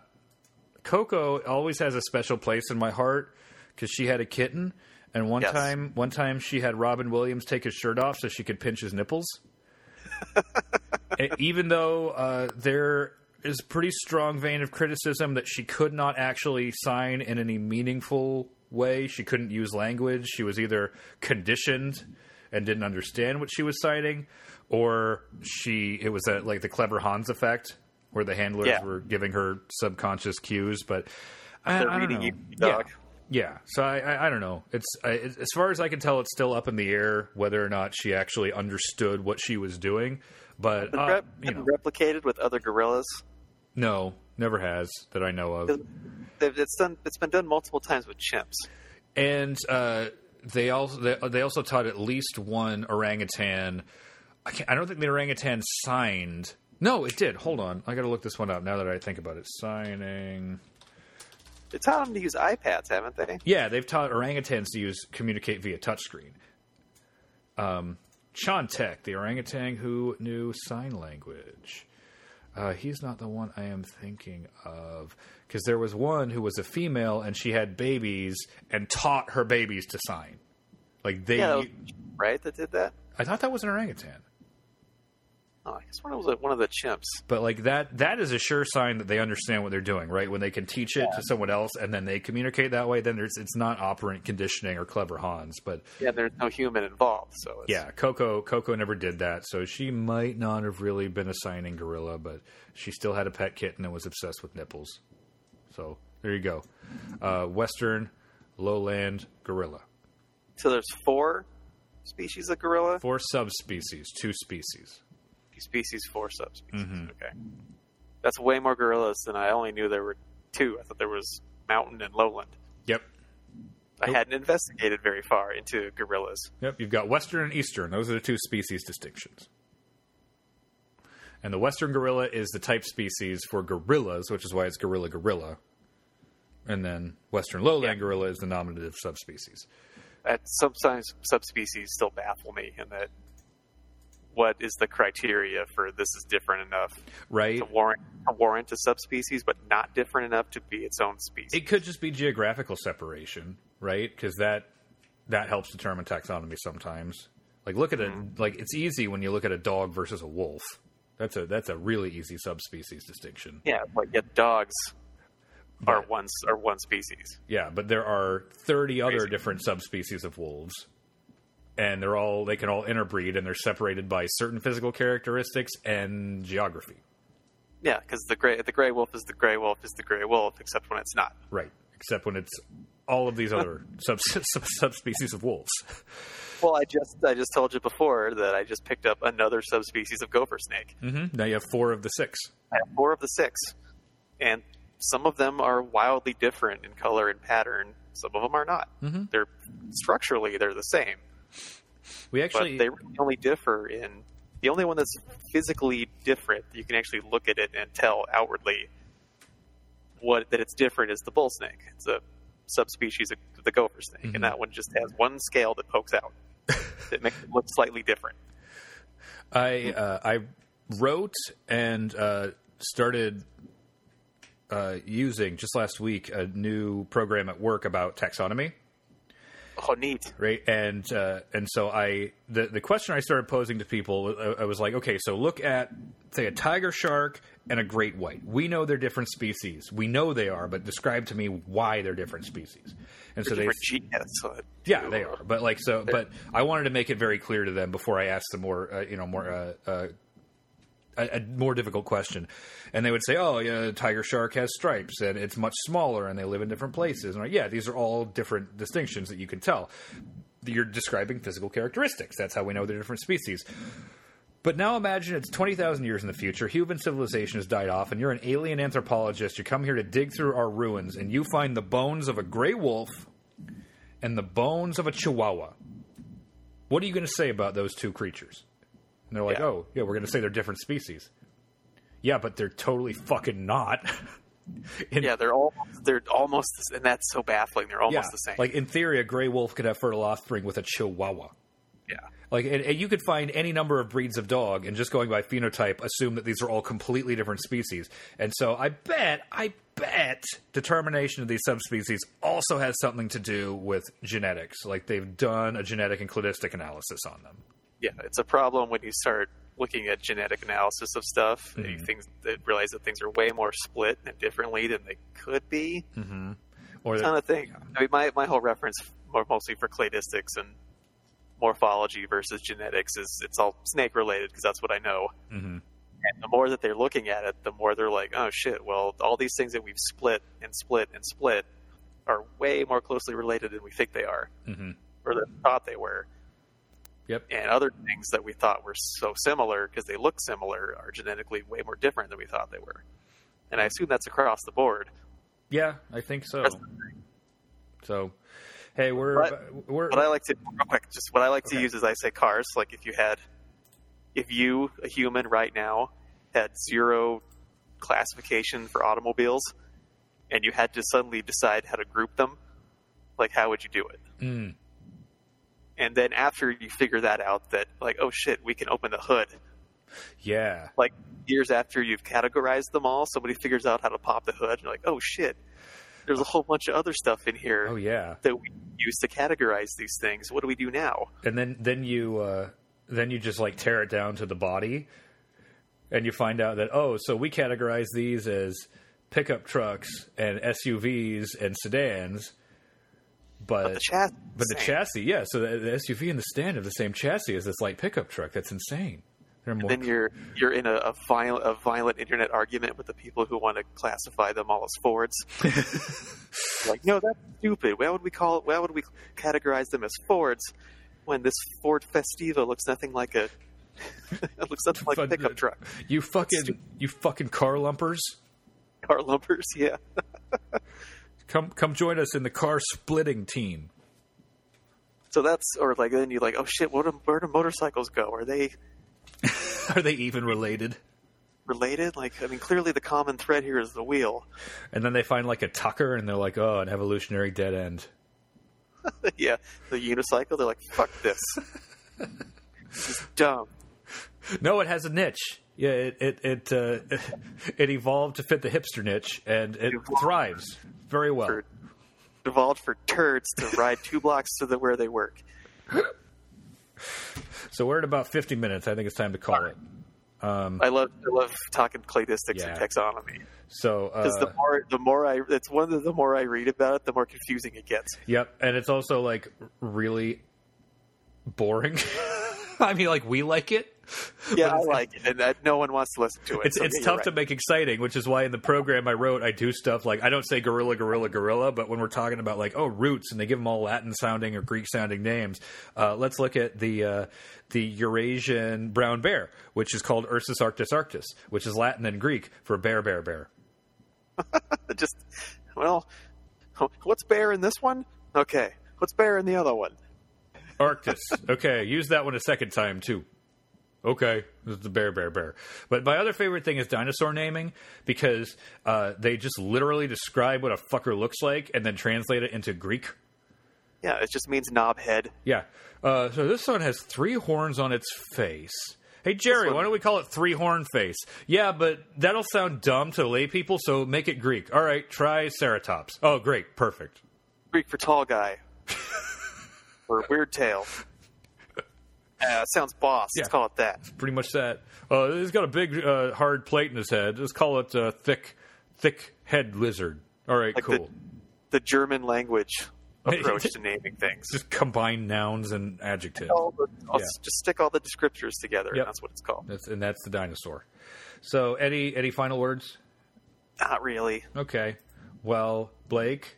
Coco always has a special place in my heart because she had a kitten. And one Yes. time, one time she had Robin Williams take his shirt off so she could pinch his nipples. E- Even though uh, there is a pretty strong vein of criticism that she could not actually sign in any meaningful way, she couldn't use language. She was either conditioned and didn't understand what she was signing, or she it was a, like the clever Hans effect, where the handlers Yeah. were giving her subconscious cues. But I, They're I don't reading know. you, dog. Yeah. Yeah, so I, I, I don't know. It's I, it's- as far as I can tell, it's still up in the air whether or not she actually understood what she was doing. But uh, Rep- you know, replicated with other gorillas. No, never has that I know of. They've- It's done. It's been done multiple times with chimps. and uh, they also they, they also taught at least one orangutan. I, can't, I don't think the orangutan signed. No, it did. Hold on, I got to look this one up now that I think about it. Signing. They taught them to use iPads, haven't they? Yeah, they've taught orangutans to use communicate via touchscreen. Um, Chontek, the orangutan who knew sign language. Uh, he's not the one I am thinking of because there was one who was a female and she had babies and taught her babies to sign. Like they, Yeah, that was, right. That did that. I thought that was an orangutan, Oh, I guess one of them was one of the chimps. but like that, that is a sure sign that they understand what they're doing, right? When they can teach it to someone else and then they communicate that way, then there's it's not operant conditioning or clever Hans, but Yeah, there's no human involved, so it's, Yeah, Coco Coco never did that, so she might not have really been a signing gorilla, but she still had a pet kitten and was obsessed with nipples. So there you go, uh, Western lowland gorilla. So there's four species of gorilla. Four subspecies, two species. Species, four subspecies. Mm-hmm. Okay, that's way more gorillas than I only knew there were two. I thought there was mountain and lowland. Yep, I Nope. hadn't investigated very far into gorillas. yep. You've got Western and Eastern; those are the two species distinctions. And the Western gorilla is the type species for gorillas, which is why it's gorilla gorilla. And then Western lowland gorilla is the nominative subspecies. That sometimes subspecies still baffle me, in that what is the criteria for this is different enough Right? to warrant to warrant a subspecies, but not different enough to be its own species. it could just be geographical separation, right? Because that that helps determine taxonomy sometimes. Like look at Mm-hmm. a like it's easy when you look at a dog versus a wolf. That's a that's a really easy subspecies distinction. Yeah, but yet dogs are But- one are one species. Yeah, but there are thirty other Crazy. different subspecies of wolves, and they're all they can all interbreed and they're separated by certain physical characteristics and geography. Yeah, because the gray the gray wolf is the gray wolf is the gray wolf, except when it's not. Right, except when it's all of these (laughs) other sub, sub, (laughs) subspecies of wolves. Well, I just I just told you before that I just picked up another subspecies of gopher snake. hmm Now you have four of the six. I have four of the six, and some of them are wildly different in color and pattern. Some of them are not. Mm-hmm. They're structurally they're the same, We but actually they really only differ in the only one that's physically different. that You can actually look at it and tell outwardly what that it's different is the bull snake. It's a subspecies of the gopher snake, Mm-hmm. and that one just has one scale that (laughs) pokes out that makes it look slightly different. I uh, I wrote and uh, started uh, using just last week a new program at work about taxonomy, Oh, neat. right? And uh, and so I the the question I started posing to people, I, I was like, okay, so look at say a tiger shark and a great white. We know they're different species. We know they are, but describe to me why they're different species. And so they Different genus. so- yeah, they are. But like so, but I wanted to make it very clear to them before I asked them more, uh, you know, more uh, uh, a, a more difficult question, and they would say, "Oh, yeah, tiger shark has stripes, and it's much smaller, and they live in different places." And I'm like, yeah, these are all different distinctions that you can tell. You're describing physical characteristics. That's how we know they're different species. But now imagine it's 20,000 years in the future, human civilization has died off, and you're an alien anthropologist. You come here to dig through our ruins, and you find the bones of a gray wolf and the bones of a chihuahua. What are you going to say about those two creatures? And they're like, Yeah. oh, yeah, we're going to say they're different species. Yeah, but they're totally fucking not. (laughs) In- Yeah, they're all they're almost, the s- and that's so baffling. They're almost yeah, the same. Like, in theory, a gray wolf could have fertile offspring with a chihuahua. yeah, Like, and, and you could find any number of breeds of dog, and just going by phenotype, assume that these are all completely different species. And so, I bet, I bet, determination of these subspecies also has something to do with genetics. Like, they've done a genetic and cladistic analysis on them. yeah. It's a problem when you start looking at genetic analysis of stuff. and Mm-hmm. you things that realize that things are way more split and differently than they could be. Mm-hmm. Or Kind of thing. I mean, my my whole reference more mostly for cladistics and morphology versus genetics is it's all snake related because that's what I know. Mhm. And the more that they're looking at it, the more they're like, oh shit, well, all these things that we've split and split and split are way more closely related than we think they are Mhm. or than we thought they were. Yep. And other things that we thought were so similar because they look similar are genetically way more different than we thought they were. and I assume that's across the board. Yeah, I think so. That's- So, hey, we're But- we're What I like to real quick, just what I like Okay. to use is I say cars. Like if you had, if you a human right now had zero classification for automobiles, and you had to suddenly decide how to group them, like how would you do it? Mm. And then after you figure that out, that like oh shit, we can open the hood. yeah. Like years after you've categorized them all, somebody figures out how to pop the hood, and you're like oh shit, there's a whole bunch of other stuff in here Oh yeah. that we use to categorize these things. What do we do now? and then then you uh, then you just like tear it down to the body, and you find out that oh, so we categorize these as pickup trucks and SUVs and sedans, but But the chassis. but the chassis, yeah. So the, the SUV and the sedan have the same chassis as this light pickup truck. That's insane. They're more Then you're you're in a, a violent a violent internet argument with the people who want to classify them all as (laughs) Fords. like, no, that's stupid. Why would we call? Why would we categorize them as Fords when this Ford Festiva looks nothing like a (laughs) it looks nothing like a Fun- pickup truck? you fucking you fucking car lumpers. Car lumpers, yeah. (laughs) Come come join us in the car splitting team. (laughs) So that's or like then you're like, oh shit, what do, where do motorcycles go? Are they Are they even related? related? Like, I mean, clearly the common thread here is the wheel. And then they find like a Tucker, and they're like, oh, an evolutionary dead end. yeah, the unicycle. They're like, fuck this. this is dumb. No, it has a niche. Yeah, it it it, uh, (laughs) it evolved to fit the hipster niche, and it Evolved. thrives very well. For, evolved for turds to ride two blocks to the where they work. So we're at about fifty minutes. I think it's time to call it. I love I love talking cladistics Mm. Yeah. and taxonomy So, because uh, the more the more I it's one of the more I read about it, the more confusing it gets. yep, and it's also like really boring. (laughs) I mean, like we like it. (laughs) Yeah, I like it, and that, no one wants to listen to it. It's so it's yeah, tough to you're right. make exciting, which is why in the program I wrote I do stuff like I don't say gorilla, gorilla, gorilla, but when we're talking about like oh roots and they give them all Latin sounding or Greek sounding names, uh, let's look at the uh, the Eurasian brown bear, which is called Ursus arctus arctus, which is Latin and Greek for bear, bear, bear. just well, what's bear in this one? Okay, what's bear in the other one? (laughs) Arctus. Okay, use that one a second time too. Okay, this is the bear, bear, bear. But my other favorite thing is dinosaur naming because uh, they just literally describe what a fucker looks like and then translate it into Greek. Yeah, it just means knobhead. Yeah. Uh, so this one has three horns on its face. Hey Jerry, one- why don't we call it three horn face? Yeah, but that'll sound dumb to lay people, so make it Greek. All right, try ceratops. Oh, great, perfect. Greek for tall guy. or (laughs) weird tail. Uh, sounds boss. Let's Yeah. call it that. Pretty much that. Uh, he's got a big, uh, hard plate in his head. Let's call it uh, thick, thick head lizard. All right, Like the- cool. The German language (laughs) approach to naming things. Just combine nouns and adjectives. All the- I'll Yeah. s- Just stick all the descriptors together. Yep. And that's what it's called. That's and that's the dinosaur. So, any any final words? Not really. Okay. Well, Blake,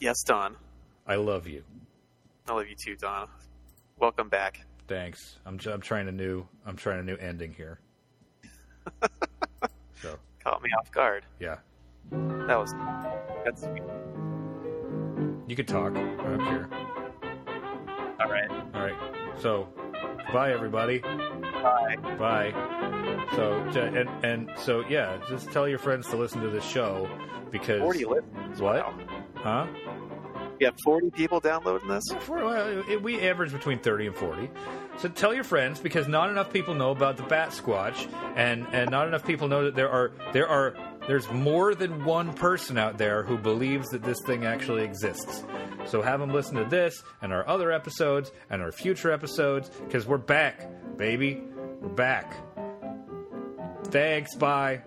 Yes, Don. I love you. I love you too, Don. Welcome back. Thanks. I'm j- I'm trying a new I'm trying a new ending (laughs) here. so Caught me off guard. yeah, That was. That's you can talk. I don't care. all right. All right. So bye everybody. Bye. Bye. So j- and and so yeah, just tell your friends to listen to this show because Forty listeners. What? Wow. huh? We have forty people downloading this. For, well, it, we average between 30 and 40. So tell your friends because not enough people know about the bat squatch and and not enough people know that there are there are there's more than one person out there who believes that this thing actually exists. So have them listen to this and our other episodes and our future episodes because we're back, baby. We're back. Thanks, bye.